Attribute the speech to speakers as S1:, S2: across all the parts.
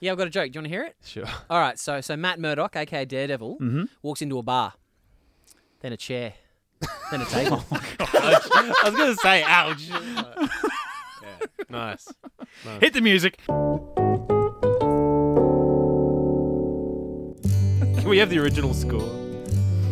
S1: Yeah, I've got a joke. Do you want to hear it?
S2: Sure.
S1: All right. So, so Matt Murdock, aka Daredevil,
S2: Mhm.
S1: walks into a bar, then a chair, then a table.
S3: I was going to say, ouch. Yeah, Nice.
S2: Hit the music.
S3: Can we have the original score?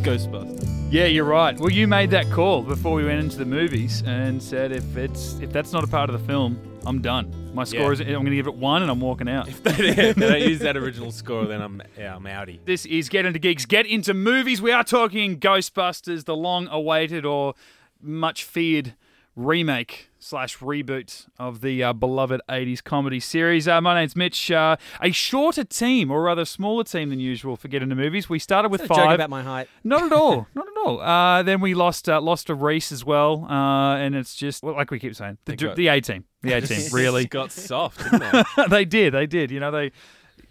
S3: Ghostbusters.
S2: Yeah, you're right. Well, you made that call before we went into the movies and said if it's if that's not a part of the film, I'm done. My score
S3: Yeah.
S2: is I'm going to give it one and I'm walking out.
S3: If they, if they use that original score, then I'm, yeah, I'm outie.
S2: This is Get Into Geeks. Get into movies. We are talking Ghostbusters, the long awaited or much feared remake slash reboot of the uh, beloved 80s comedy series. Uh, my name's Mitch. Uh, a shorter team, or rather smaller team than usual for Get Into Movies. We started with
S1: a
S2: five.
S1: joke about my height.
S2: Not at all. Not at all. Uh, then we lost uh, lost to Reese as well, uh, and it's just well, like we keep saying the,
S3: They
S2: dr-
S3: got-
S2: the A team, the A team. Really,
S3: got soft, didn't they?
S2: they did. They did. You know they.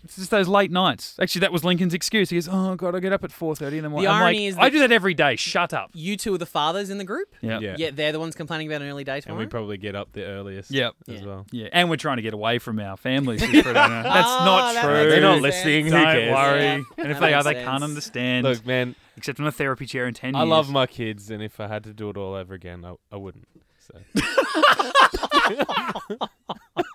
S2: It's just those late nights. Actually, that was Lincoln's excuse. He goes, "Oh God, I get up at 4.30 in the morning." I'm
S1: irony is
S2: like, I
S1: that-
S2: do that every day. Shut up.
S1: You two are the fathers in the group.
S2: Yeah.
S3: Yeah.
S2: yeah,
S1: Yeah, they're the ones complaining about an early day
S3: And
S1: tomorrow.
S3: we probably get up the earliest
S2: Yep.
S3: as
S1: Yeah.
S3: well.
S2: And we're trying to get away from our families. uh, That's not
S1: Oh, Ah, that
S2: true.
S1: makes
S3: They're not
S1: sense.
S3: listening. Who
S2: Don't
S3: cares?
S2: worry.
S1: Yeah.
S2: And
S1: That
S2: if they are,
S1: makes
S2: they
S1: sense.
S2: can't understand.
S3: Look, man,
S2: except in a therapy chair in ten
S3: I
S2: years.
S3: love my kids, and if I had to do it all over again, I, I wouldn't. So.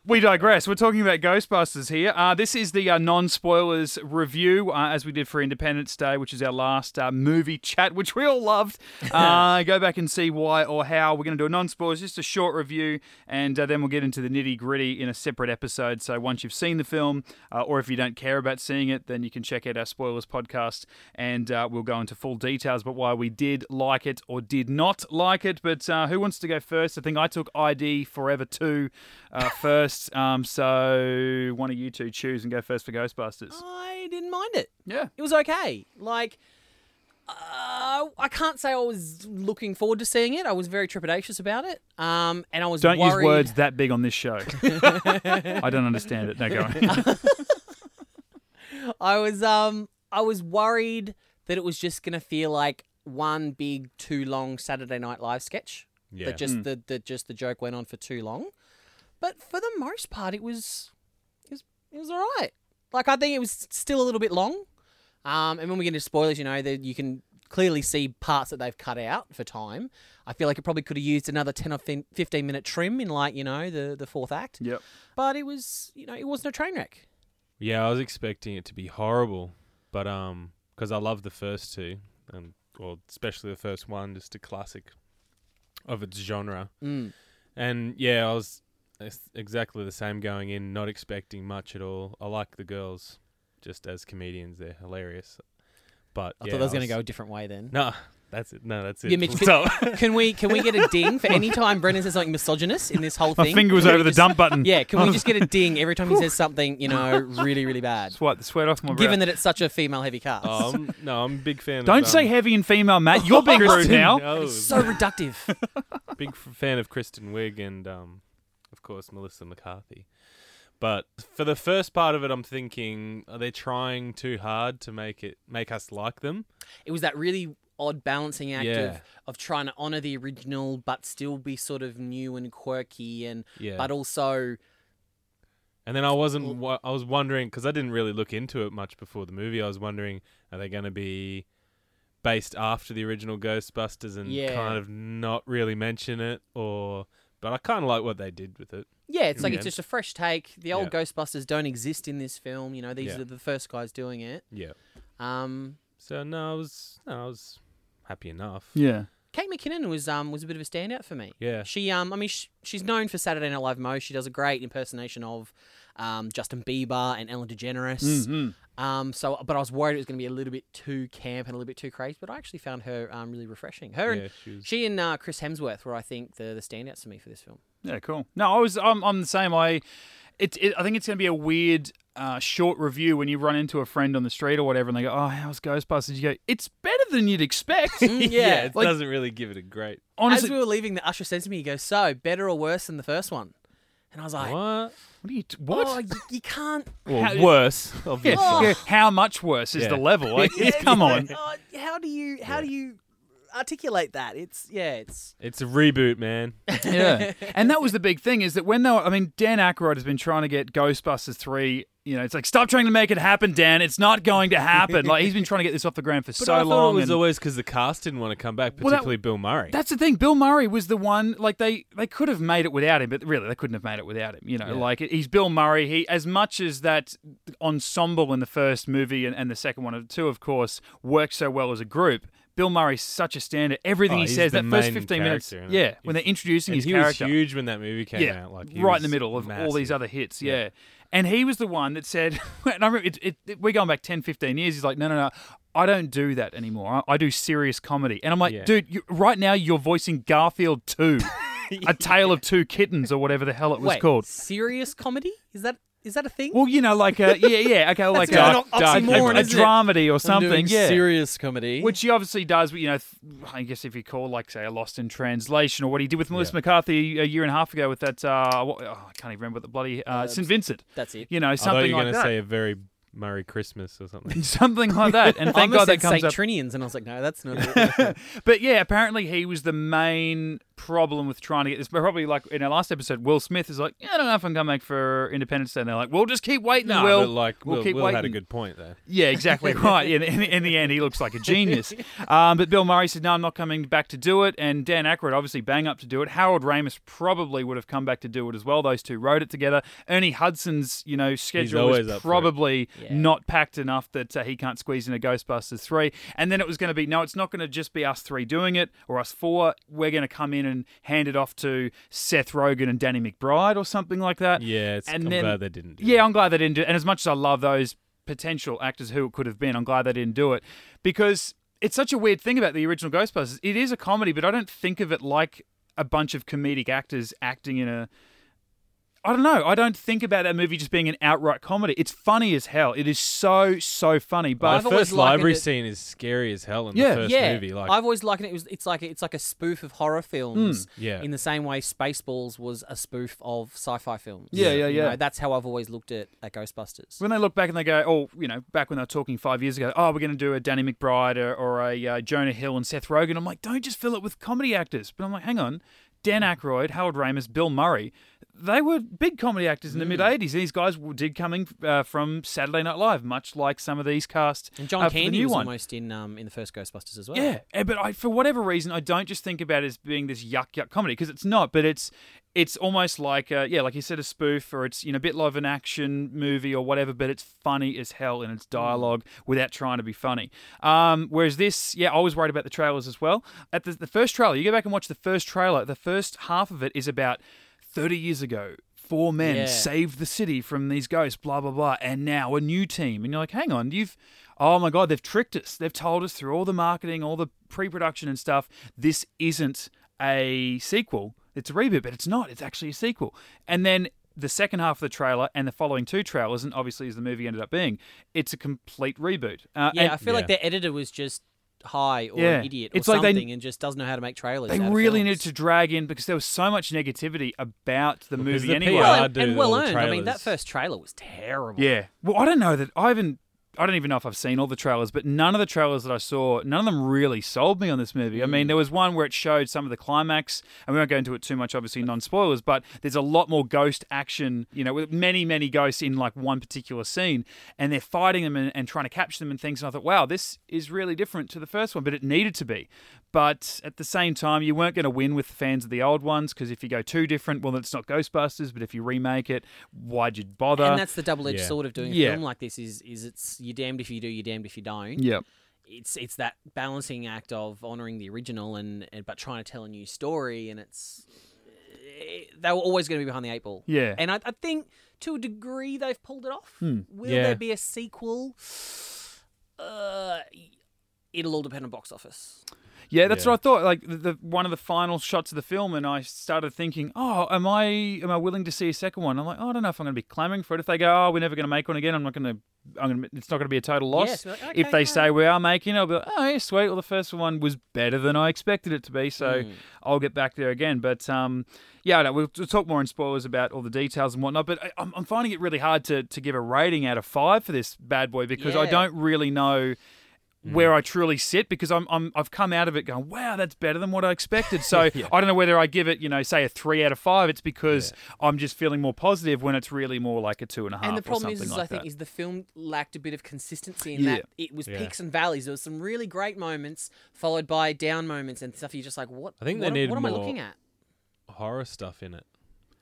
S2: We digress. We're talking about Ghostbusters here. Uh, this is the uh, non spoilers review, uh, as we did for Independence Day, which is our last uh, movie chat, which we all loved. Uh, go back and see why or how. We're going to do a non spoilers, just a short review, and uh, then we'll get into the nitty gritty in a separate episode. So once you've seen the film, uh, or if you don't care about seeing it, then you can check out our spoilers podcast, and uh, we'll go into full details about why we did like it or did not like it. But uh, who wants to go first? I think I took ID Forever 2 uh, first. Um, so one of you two choose and go first for Ghostbusters.
S1: I didn't mind it.
S2: Yeah.
S1: It was okay. Like, uh, I can't say I was looking forward to seeing it. I was very trepidatious about it. Um, and I was
S2: Don't
S1: worried.
S2: use words that big on this show. I don't understand it. No, go on.
S1: I was um, I was worried that it was just gonna feel like one big, too long Saturday Night Live sketch.
S3: Yeah.
S1: That just the that just the joke went on for too long. But for the most part, it was it was, it was all right. Like I think it was still a little bit long. Um, and when we get into spoilers, you know that you can clearly see parts that they've cut out for time. I feel like it probably could have used another ten or fin- fifteen minute trim in like you know the the fourth act.
S2: Yep.
S1: But it was you know it wasn't a train wreck.
S3: Yeah, I was expecting it to be horrible, but um, because I love the first two, and or especially the first one, just a classic of its genre.
S1: Mm.
S3: And yeah, I was it's exactly the same going in, not expecting much at all. I like the girls, just as comedians, they're hilarious. But
S1: I
S3: yeah,
S1: thought that was going to
S3: was-
S1: go a different way then.
S3: No, that's it. No, that's it.
S1: Yeah, Mitch,
S3: So-
S1: Can we can we get a ding for any time Brennan says something misogynist in this whole
S2: My
S1: thing?
S2: finger was
S1: Can we
S2: over the
S1: just-
S2: dump button.
S1: Yeah, can we just get a ding every time he says something, you know, really, really bad?
S2: Swipe the sweat off my brow.
S1: Given that it's such a female heavy cast.
S3: Oh, I'm- no, I'm a big fan. of,
S2: Don't say
S3: um,
S2: heavy and female, Matt. You're being rude
S3: Kristen-
S2: now.
S3: no,
S1: It's so reductive.
S3: big f- fan of Kristen Wiig and um, of course Melissa McCarthy. But for the first part of it, I'm thinking are they trying too hard to make it make us like them?
S1: It was that really odd balancing act
S3: Yeah.
S1: of, of trying to honor the original but still be sort of new and quirky and
S3: Yeah.
S1: but also
S3: and then I wasn't. wa- I was wondering because I didn't really look into it much before the movie. I was wondering are they going to be based after the original Ghostbusters and
S1: Yeah.
S3: kind of not really mention it or. But I kind of like what they did with it.
S1: yeah, it's like
S3: Yeah.
S1: it's just a fresh take. The old
S3: Yeah.
S1: Ghostbusters don't exist in this film, you know, these
S3: Yeah.
S1: are the first guys doing it.
S3: Yeah.
S1: Um
S3: So no, I was no, I was happy enough.
S2: Yeah.
S1: Kate McKinnon was um was a bit of a standout for me.
S3: Yeah.
S1: She um I mean sh she's known for Saturday Night Live Mo. She does a great impersonation of um Justin Bieber and Ellen DeGeneres.
S2: Mhm.
S1: Um, so, but I was worried it was going to be a little bit too camp and a little bit too crazy. But I actually found her um, really refreshing. Her
S3: Yeah,
S1: and
S3: she was-
S1: she and uh, Chris Hemsworth were, I think, the the standouts for me for this film.
S2: Yeah, cool. No, I was. I'm, I'm the same. I, it, it. I think it's going to be a weird uh, short review when you run into a friend on the street or whatever, and they go, "Oh, how's Ghostbusters?" You go, "It's better than you'd expect."
S3: Mm,
S1: yeah.
S3: it
S2: Like-
S3: doesn't really give it a great.
S2: Honestly,
S1: As we were leaving, the usher said to me, "He goes, so better or worse than the first one?" And I was like,
S3: What?
S2: what? Are you, t- what?
S1: "Oh, you, you can't."
S3: Well,
S2: How-
S3: worse,
S2: yeah.
S3: obviously.
S1: Oh.
S2: yeah, How much worse is
S3: Yeah.
S2: the level? Like, come on.
S1: Oh, how do you how do you articulate that? It's yeah, it's
S3: It's a reboot, man.
S2: yeah. And that was the big thing is that when they were, I mean, Dan Aykroyd has been trying to get Ghostbusters 3 you know, it's like stop trying to make it happen, Dan. It's not going to happen. like he's been trying to get this off the ground for
S3: But
S2: so
S3: I thought
S2: long.
S3: it was
S2: and-
S3: always because the cast didn't want to come back,
S2: Well, that-
S3: particularly Bill Murray.
S2: That's the thing. Bill Murray was the one. Like they, they could have made it without him, but really they couldn't have made it without him. You know,
S3: Yeah.
S2: like he's Bill Murray. He as much as that ensemble in the first movie and, and the second one of two, of course, worked so well as a group. Bill Murray's such a standard. Everything
S3: Oh,
S2: he
S3: he's
S2: says
S3: the
S2: that first
S3: main
S2: fifteen minutes,
S3: character in it.
S2: yeah, when they're introducing
S3: and
S2: his
S3: he
S2: character,
S3: was huge when that movie came
S2: yeah,
S3: out. uh, Like he
S2: right
S3: was
S2: in the middle of all
S3: massive.
S2: these other hits. Yeah.
S3: Yeah.
S2: And he was the one that said, and I remember it, it, it- we're going back 10, 15 years. He's like, no, no, no, I don't do that anymore. I, I do serious comedy. And I'm like,
S3: Yeah.
S2: dude, you, right now you're voicing Garfield 2, A Tale of Two Kittens, or whatever the hell it was
S1: Wait,
S2: called.
S1: serious comedy? Is that is that a thing?
S2: Well, you know, like a, yeah, yeah, okay, like
S1: kind
S2: a,
S1: of an oxymoron,
S2: a, a
S1: isn't it?
S2: dramedy or something. yeah.
S1: serious comedy.
S2: Which he obviously does, but, you know, th- I guess if you call, like, say, a Lost in Translation or what he did with Melissa McCarthy a year and a half ago with that, uh, what, oh, I can't even remember what the bloody, uh, St. Vincent.
S1: that's it.
S2: You know,
S3: I thought
S2: something
S3: you were
S2: like
S3: gonna
S2: that.
S3: say a very Murray Christmas or something.
S2: something like that. And
S1: I
S2: thank
S1: almost
S2: God that
S1: said
S2: comes up.
S1: Saturnians, and I was like, no, that's not. it.
S2: But yeah, apparently he was the main problem with trying to get this. But probably like in our last episode, Will Smith is like, "Yeah, I don't know if I'm coming back for Independence Day. And they're like, we'll just keep waiting,
S3: no,
S2: Will.
S3: but like
S2: we'll
S3: Will,
S2: keep
S3: Will had a
S2: waiting.
S3: good point though.
S2: Yeah, exactly right. In, in, in the end, he looks like a genius. Um, but Bill Murray said, "No, I'm not coming back to do it." And Dan Aykroyd obviously bang up to do it. Harold Ramis probably would have come back to do it as well. Those two wrote it together. Ernie Hudson's, you know, schedule
S3: always
S2: was
S3: up for it.
S2: probably
S1: Yeah.
S2: not packed enough that uh, he can't squeeze in a Ghostbusters three. And then it was going to be, no, it's not going to just be us three doing it or us four. We're going to come in and hand it off to Seth Rogen and Danny McBride or something like that.
S3: Yeah, it's,
S2: And
S3: I'm
S2: then-
S3: glad they didn't. Do
S2: Yeah, I'm glad they didn't do it. And as much as I love those potential actors who it could have been, I'm glad they didn't do it because it's such a weird thing about the original Ghostbusters. It is a comedy, but I don't think of it like a bunch of comedic actors acting in a. I don't know. I don't think about that movie just being an outright comedy. It's funny as hell. It is so so funny,
S3: But
S2: but
S1: I've
S3: the
S1: always
S3: first library
S1: likened it-
S3: scene is scary as hell in
S2: Yeah.
S3: the first
S1: yeah,
S3: movie. Like,
S1: I've always likened it. it was, it's like a, it's like a spoof of horror films.
S2: Hmm,
S3: yeah,
S1: In the same way, Spaceballs was a spoof of sci-fi films.
S2: Yeah, yeah,
S1: You
S2: yeah.
S1: know, that's how I've always looked at, at Ghostbusters.
S2: When they look back and they go, oh, you know, back when they were talking five years ago, oh, we're going to do a Danny McBride or, or a uh, Jonah Hill and Seth Rogen. I'm like, don't just fill it with comedy actors. But I'm like, hang on, Dan Aykroyd, Harold Ramis, Bill Murray, they were big comedy actors in the
S1: Mm.
S2: mid 80s. These guys w- did coming uh, from Saturday Night Live, much like some of these casts.
S1: And John
S2: uh, for the
S1: Candy
S2: new
S1: was
S2: one.
S1: almost in um, in the first Ghostbusters as well.
S2: Yeah, eh, but I, for whatever reason, I don't just think about it as being this yuck yuck comedy because it's not. But it's it's almost like uh, yeah, like you said, a spoof or it's you know a bit like an action movie or whatever. But it's funny as hell in its
S1: Mm.
S2: dialogue without trying to be funny. Um, whereas this, yeah, I was worried about the trailers as well. At the, the first trailer, you go back and watch the first trailer. The first half of it is about thirty years ago. Four men
S1: Yeah.
S2: saved the city from these ghosts, blah blah blah, and now a new team. And you're like, hang on, you've oh my god, they've tricked us. They've told us through all the marketing, all the pre-production and stuff, this isn't a sequel. It's a reboot, but it's not. It's actually a sequel. And then the second half of the trailer and the following two trailers, and obviously as the movie ended up being, it's a complete reboot. Uh,
S1: yeah.
S2: and-
S1: I feel like
S3: Yeah.
S1: their editor was just high or
S2: Yeah.
S1: an idiot or
S2: It's like they-
S1: something, and just doesn't know how to make trailers.
S2: they
S1: out of
S2: really
S1: films.
S2: needed to drag in because there was so much negativity about the
S3: Because
S2: movie
S3: the
S2: anyway.
S3: PR
S1: Well, and,
S3: do
S1: and well
S3: all the
S1: earned. I mean, that
S3: trailers.
S1: first trailer was terrible.
S2: Yeah. Well, I don't know that I haven't. I don't even know if I've seen all the trailers, but none of the trailers that I saw, none of them really sold me on this movie. I mean, there was one where it showed some of the climax, and we won't go into it too much, obviously, non spoilers, but there's a lot more ghost action, you know, with many, many ghosts in like one particular scene, and they're fighting them and, and trying to capture them and things. And I thought, wow, this is really different to the first one, but it needed to be. But at the same time, you weren't going to win with the fans of the old ones because if you go too different, well, then it's not Ghostbusters, but if you remake it, why'd you bother?
S1: And that's the double-edged
S3: Yeah.
S1: sword of doing a
S2: Yeah.
S1: film like this is is it's you're damned if you do, you're damned if you don't.
S2: Yep.
S1: It's it's that balancing act of honoring the original and, and but trying to tell a new story, and it's it, they were always going to be behind the eight ball.
S2: Yeah.
S1: And I, I think to a degree they've pulled it off. Will
S3: Yeah.
S1: there be a sequel? Uh, it'll all depend on box office.
S2: yeah, that's
S3: Yeah.
S2: what I thought. Like the, the one of the final shots of the film, and I started thinking, oh, am I am I willing to see a second one? I'm like, oh, I don't know if I'm going to be clamoring for it. If they go, oh, we're never going to make one again, I'm not going to. I'm gonna, it's not going to be a total loss.
S1: Yes, like,
S2: if
S1: okay,
S2: they
S1: all
S2: say we are making, it, I'll be like, oh, yeah, sweet. Well, the first one was better than I expected it to be, so I'll get back there again. But um, yeah, I know, we'll we'll talk more in spoilers about all the details and whatnot. But I, I'm, I'm finding it really hard to to give a rating out of five for this bad boy because I
S1: Yeah.
S2: don't really know where I truly sit because I'm, I'm I've come out of it going, wow, that's better than what I expected. So I don't know whether I give it, you know, say a three out of five. It's because I'm just feeling more positive when it's really more like a two and a half.
S1: And the problem
S2: or
S1: is,
S2: something
S1: is
S2: like
S1: I think,
S2: that.
S1: is the film lacked a bit of consistency in
S2: Yeah.
S1: that it was
S3: Yeah.
S1: peaks and valleys. There was some really great moments followed by down moments and stuff. You're just like, what?
S3: I think they
S1: what, am-
S3: needed
S1: What am I
S3: more-
S1: looking at?
S3: horror stuff in it.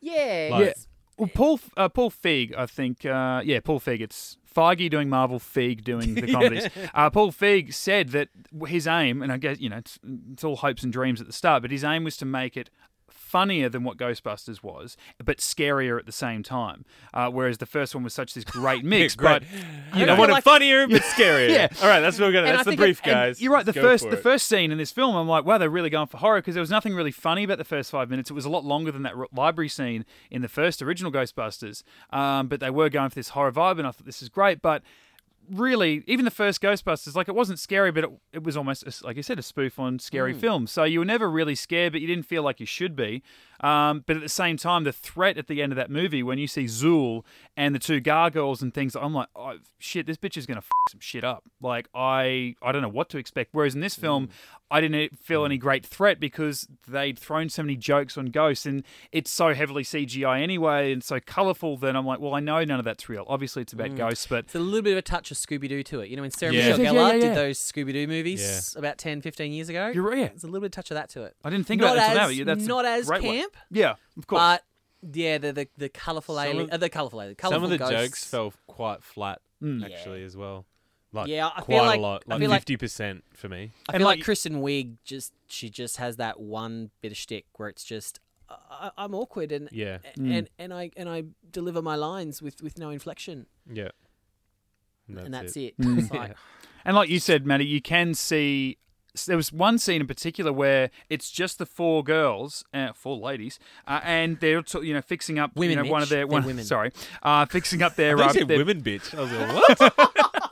S1: Yeah,
S3: Like-
S1: it's-
S2: Well, Paul uh, Paul Feig, I think. Uh, yeah, Paul Feig. It's Feige doing Marvel, Feig doing the comedies. uh, Paul Feig said that his aim, and I guess you know, it's, it's all hopes and dreams at the start, but his aim was to make it funnier than what Ghostbusters was, but scarier at the same time. Uh, whereas the first one was such this great mix,
S3: great.
S2: but
S3: You
S1: don't
S3: know,
S1: feel
S3: want
S1: like-
S3: it funnier but scarier.
S2: Yeah.
S3: All right, that's what we're gonna.
S1: And I
S3: That's the
S1: think it-
S3: brief,
S1: and
S3: guys.
S2: You're right. The
S3: Go
S2: first,
S3: for
S2: the
S3: it.
S2: first scene in this film, I'm like, wow, they're really going for horror because there was nothing really funny about the first five minutes. It was a lot longer than that r- library scene in the first original Ghostbusters. Um, but they were going for this horror vibe, and I thought this is great. But really, even the first Ghostbusters, like, it wasn't scary, but it, it was almost a s- like you said, a spoof on scary films. So you were never really scared, but you didn't feel like you should be. Um, but at the same time, the threat at the end of that movie when you see Zool and the two gargoyles and things, I'm like, oh shit, this bitch is gonna f- some shit up. Like I, I don't know what to expect. Whereas in this film, I didn't e, feel any great threat because they'd thrown so many jokes on ghosts, and it's so heavily CGI anyway, and so colourful that I'm like, well, I know none of that's real. Obviously, it's about ghosts, but
S1: It's a little bit of a touch of Scooby Doo to it. You know, when Sarah
S3: Yeah.
S1: Michelle
S2: Yeah, yeah,
S1: Gellar
S2: yeah, yeah.
S1: did those Scooby Doo movies about 10, 15 years ago,
S2: you're right.
S1: there's a little bit of touch of that to it.
S2: I didn't think
S1: not
S2: about that until now.
S1: as,
S2: but yeah, That's a
S1: not as
S2: great one.
S1: camp,
S2: Yeah, of course.
S1: but yeah, the the, the colorful
S3: Some
S1: alien,
S3: of-
S1: uh, the colorful alien, colorful
S3: Some of the
S1: ghosts.
S3: jokes fell quite flat,
S2: Mm.
S3: actually, as well. Like
S1: Yeah, I feel
S3: quite
S1: like-
S3: a lot,
S1: I
S3: like
S1: feel like-
S3: fifty percent for me.
S1: I
S2: And
S1: feel
S2: like-
S1: like, Kristen Wiig just she just has that one bit of shtick where it's just I, I- I'm awkward and
S3: Yeah,
S2: Mm.
S1: and and I and I deliver my lines with with no inflection
S3: yeah.
S1: and that's
S3: it.
S1: it.
S2: Mm.
S1: It's like,
S2: And like you said, Maddie, you can see there was one scene in particular where it's just the four girls, uh, four ladies, uh, and they're t- you know fixing up
S1: Women,
S2: you know, one of
S1: Mitch.
S2: their
S1: They're
S2: one
S1: women.
S2: sorry, uh, fixing up their,
S3: I
S2: uh,
S3: thought you said
S2: their-
S3: women, bitch. I was like, what?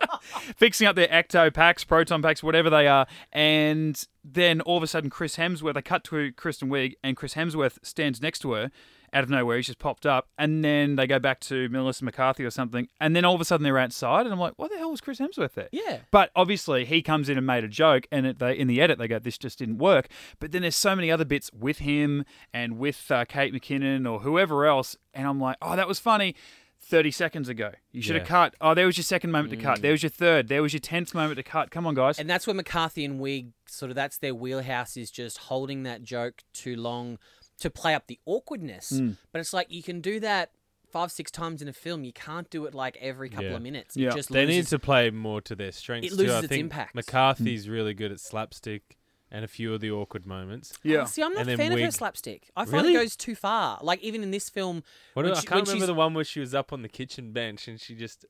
S2: fixing up their ecto packs, proton packs, whatever they are, and then all of a sudden Chris Hemsworth, they cut to Kristen Wiig, and Chris Hemsworth stands next to her. Out of nowhere, he's just popped up, and then they go back to Melissa McCarthy or something, and then all of a sudden they're outside, and I'm like, "What the hell was Chris Hemsworth there?"
S1: yeah.
S2: But obviously, he comes in and made a joke, and it, they, in the edit, they go, "This just didn't work." But then there's so many other bits with him and with uh, Kate McKinnon or whoever else, and I'm like, "Oh, that was funny." 30 seconds ago. You should have
S3: Yeah.
S2: cut. Oh, there was your second moment to cut. There was your third. There was your tenth moment to cut. Come on, guys.
S1: And that's where McCarthy and Wig sort of that's their wheelhouse is just holding that joke too long to play up the awkwardness.
S2: Mm.
S1: But it's like you can do that five, six times in a film. You can't do it like every couple
S3: Yeah.
S1: of minutes.
S2: Yeah.
S1: It just
S3: They need
S1: loses
S3: to play more to their strengths.
S1: It loses
S3: too. I
S1: its
S3: think
S1: impact.
S3: McCarthy's really good at slapstick and a few of the awkward moments.
S2: yeah.
S1: See, I'm not
S3: And
S1: a
S3: then
S1: fan of her
S3: Wig.
S1: slapstick. I find
S3: Really?
S1: it goes too far. Like even in this film,
S3: What
S1: When
S3: I
S1: she- when
S3: can't remember
S1: she's-
S3: the one where she was up on the kitchen bench and she just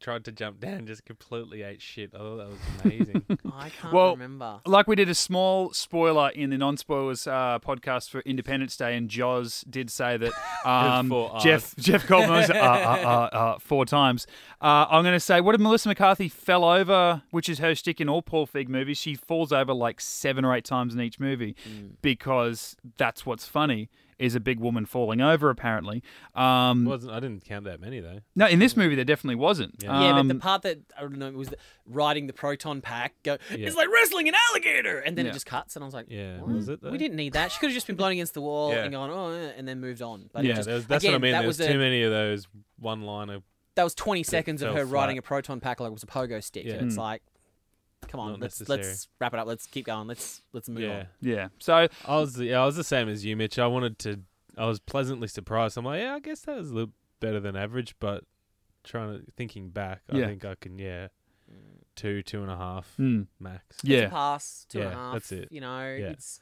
S3: tried to jump down and just completely ate shit. Oh, that was amazing.
S1: I can't
S2: Well,
S1: remember.
S2: Like we did a small spoiler in the non-spoilers uh, podcast for Independence Day, and Jaws did say that um,
S3: Four Rs.
S2: Jeff Jeff Goldblum was, uh, uh, uh, uh, four times. Uh, I'm going to say, what if Melissa McCarthy fell over, which is her stick in all Paul Feig movies? She falls over like seven or eight times in each movie
S1: Mm.
S2: because that's what's funny is a big woman falling over. Apparently, um,
S3: wasn't I didn't count that many though.
S2: no, in this movie there definitely wasn't.
S1: Yeah, but the
S2: Um,
S1: part that I don't know was the, riding the proton pack. Go,
S3: Yeah.
S1: it's like wrestling an alligator, and then
S2: Yeah.
S1: it just cuts, and I was like,
S3: Yeah,
S1: "What?"
S3: was it though?
S1: We didn't need that. She could have just been blown against the wall
S3: Yeah.
S1: and gone, oh, eh," and then moved on. But it
S2: Yeah,
S3: Yeah,
S1: just,
S3: there was- that's what I
S1: again,
S3: mean.
S1: That
S3: there was
S1: a-
S3: too many of those one liner.
S1: That was 20 seconds of
S3: fell
S1: her riding
S3: flat.
S1: a proton pack like it was a pogo stick,
S3: Yeah. Hmm.
S1: and it's like, come on,
S3: Not
S1: let's
S3: necessary.
S1: let's wrap it up. Let's keep going. Let's let's move
S3: Yeah,
S1: on.
S2: yeah. So
S3: I was yeah, I was the same as you, Mitch. I wanted to. I was pleasantly surprised. I'm like, yeah, I guess that was a little better than average, but trying to thinking back,
S2: Yeah.
S3: I think I can yeah, two two and a half
S1: Hmm.
S2: mm,
S3: max.
S1: It's a
S2: yeah,
S1: pass, two and a
S3: Yeah,
S1: half.
S3: that's it.
S1: You know, it's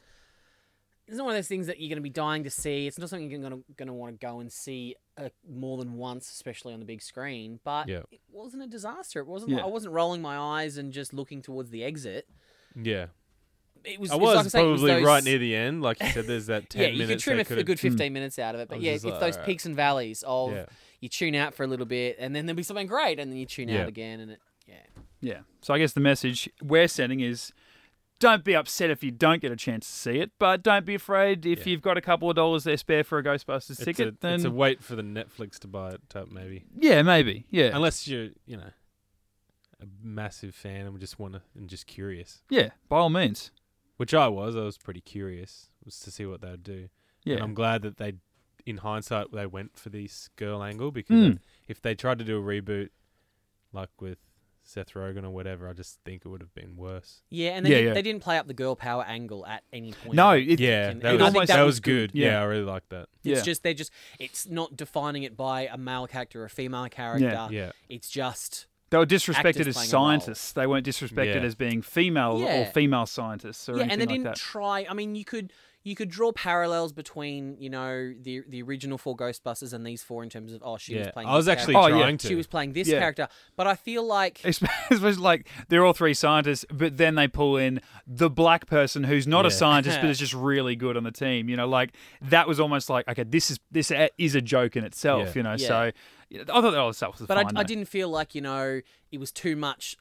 S1: it's not one of those things that you're going to be dying to see. It's not something you're going to going to want to go and see uh, more than once, especially on the big screen. But
S3: Yeah.
S1: it wasn't a disaster. It wasn't.
S2: Yeah.
S1: Like, I wasn't rolling my eyes and just looking towards the exit.
S3: Yeah,
S1: It was.
S3: I
S1: it's
S3: was
S1: like I'm saying, it was
S3: probably
S1: those-
S3: right near the end, like you said. There's that ten
S1: Yeah, you could
S3: minutes.
S1: trim a,
S3: they
S1: a
S3: could've- Hmm.
S1: good fifteen minutes out of it,
S3: I
S1: but
S3: was
S1: yeah,
S3: just
S1: it's
S3: like,
S1: those
S3: alright.
S1: peaks and valleys of
S3: Yeah.
S1: you tune out for a little bit, and then there'll be something great, and then you tune
S3: Yeah.
S1: out again, and it yeah.
S2: yeah. So I guess the message we're sending is don't be upset if you don't get a chance to see it, but don't be afraid if
S3: Yeah.
S2: you've got a couple of dollars there spare for a Ghostbusters
S3: It's
S2: ticket.
S3: a,
S2: then
S3: it's a wait for the Netflix to buy it up, maybe.
S2: yeah, maybe yeah.
S3: Unless you, you know, a massive fan and just want to and just curious,
S2: Yeah, by all means.
S3: which I was. I was pretty curious was to see what they'd do.
S2: Yeah.
S3: And I'm glad that they, in hindsight, they went for this girl angle because
S2: Mm.
S3: if they tried to do a reboot, like with Seth Rogen or whatever, I just think it would have been worse.
S1: Yeah, and they,
S2: Yeah,
S1: did,
S2: yeah.
S1: they didn't play up the girl power angle at any point.
S2: no,
S1: it's
S2: it,
S3: yeah,
S1: it
S3: that
S1: I
S3: was,
S1: think
S3: that,
S1: that was
S3: was good.
S2: good. Yeah.
S3: Yeah. I really liked that.
S2: yeah.
S1: just they're just it's not defining it by a male character or a female character.
S3: Yeah,
S1: It's just
S2: they were
S1: actors
S2: disrespected as
S1: playing a
S2: scientists. They weren't disrespected
S3: Yeah.
S2: as being female or
S1: Yeah.
S2: female scientists or
S1: yeah,
S2: anything
S1: and they
S2: like
S1: didn't
S2: that.
S1: try. I mean, you could you could draw parallels between you know the the original four Ghostbusters and these four in terms of oh she was
S3: yeah.
S1: playing.
S3: I was
S1: this
S3: actually
S1: character,
S2: Oh, yeah.
S3: trying to.
S1: she was playing this
S2: Yeah.
S1: character, but I feel like
S2: Especially like they're all three scientists, but then they pull in the black person who's not a
S3: Yeah.
S2: scientist but is just really good on the team. You know, like that was almost like okay, this is this a- is a joke in itself.
S3: Yeah.
S2: You know,
S1: Yeah.
S2: so you know, I thought that all stuff was
S1: but
S2: fine.
S1: I, I
S2: though.
S1: didn't feel like you know it was too much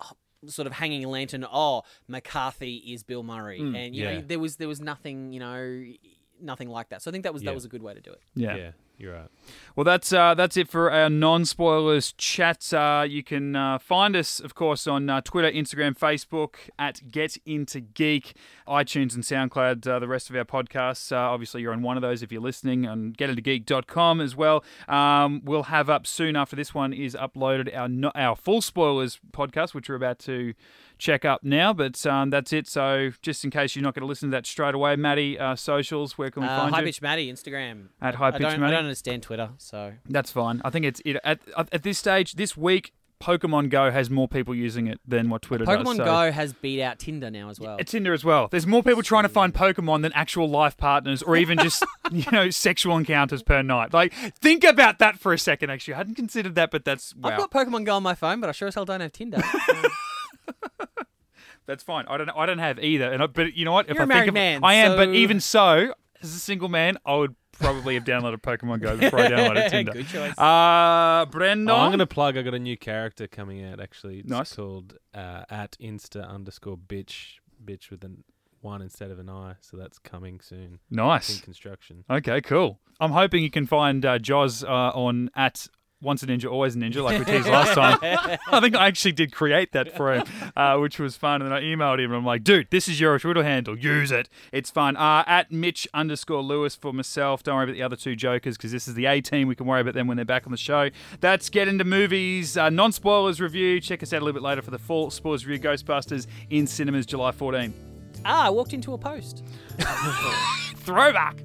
S1: uh, sort of hanging a lantern oh mccarthy is bill murray
S2: Hmm,
S1: and you
S3: yeah.
S1: know there was there was nothing you know nothing like that so i think that was
S3: Yeah.
S1: that was a good way to do it
S2: Yeah.
S3: yeah. you're right.
S2: Well, that's uh, that's it for our non-spoilers chat. Uh, you can uh, find us, of course, on uh, Twitter, Instagram, Facebook at Get Into Geek, iTunes, and SoundCloud. Uh, the rest of our podcasts, uh, obviously, you're on one of those if you're listening on GetIntoGeek.com as well. Um, we'll have up soon after this one is uploaded our no- our full spoilers podcast, which we're about to check up now. But um, that's it. So just in case you're not going to listen to that straight away, Maddie, uh, socials, where can we
S1: uh,
S2: find
S1: hi
S2: you?
S1: bitch maddie instagram
S2: At High
S1: I
S2: Pitch
S1: don't, I
S2: Maddie.
S1: don't understand twitter so
S2: That's fine. I think it's it at at this stage this week. Pokemon Go has more people using it than what Twitter does.
S1: pokemon
S2: so-
S1: go has beat out tinder now as well
S2: It's Tinder as well. There's more people trying to find Pokemon than actual life partners or even just, you know, sexual encounters per night. Like, think about that for a second, actually. I hadn't considered that, but that's, wow.
S1: i've got pokemon go on my phone but i sure as hell don't have tinder
S2: that's fine. I don't I don't have either. And I, But you know what? If
S1: You're
S2: I
S1: a
S2: think
S1: married
S2: of-
S1: man,
S2: I am, but
S1: so-
S2: even so, as a single man, I would probably have downloaded Pokemon Go before I downloaded Tinder.
S1: good choice
S2: Uh, Brendan?
S3: Oh, I'm gonna plug. I got a new character coming out. Actually, it's
S2: Nice.
S3: called uh, at insta underscore bitch bitch with an one instead of an i. So that's coming soon. It's
S2: Nice.
S3: In construction.
S2: Okay, cool. I'm hoping you can find uh, Joz uh, on at once a ninja, always a ninja, like we teased last time. I think I actually did create that for him, uh, which was fun. And then I emailed him and I'm like, dude, this is your Twitter handle. Use it. It's fun. Uh, at Mitch underscore Lewis for myself. Don't worry about the other two jokers because this is the A team. We can worry about them when they're back on the show. That's Get Into Movies, uh, non spoilers review. Check us out a little bit later for the full spoilers review Ghostbusters in cinemas July 14.
S1: ah i walked into a post
S2: Throwback.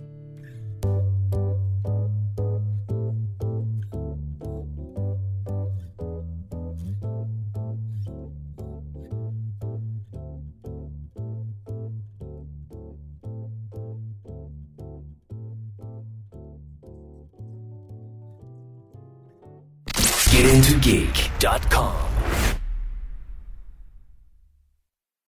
S4: GetIntoGeek.com.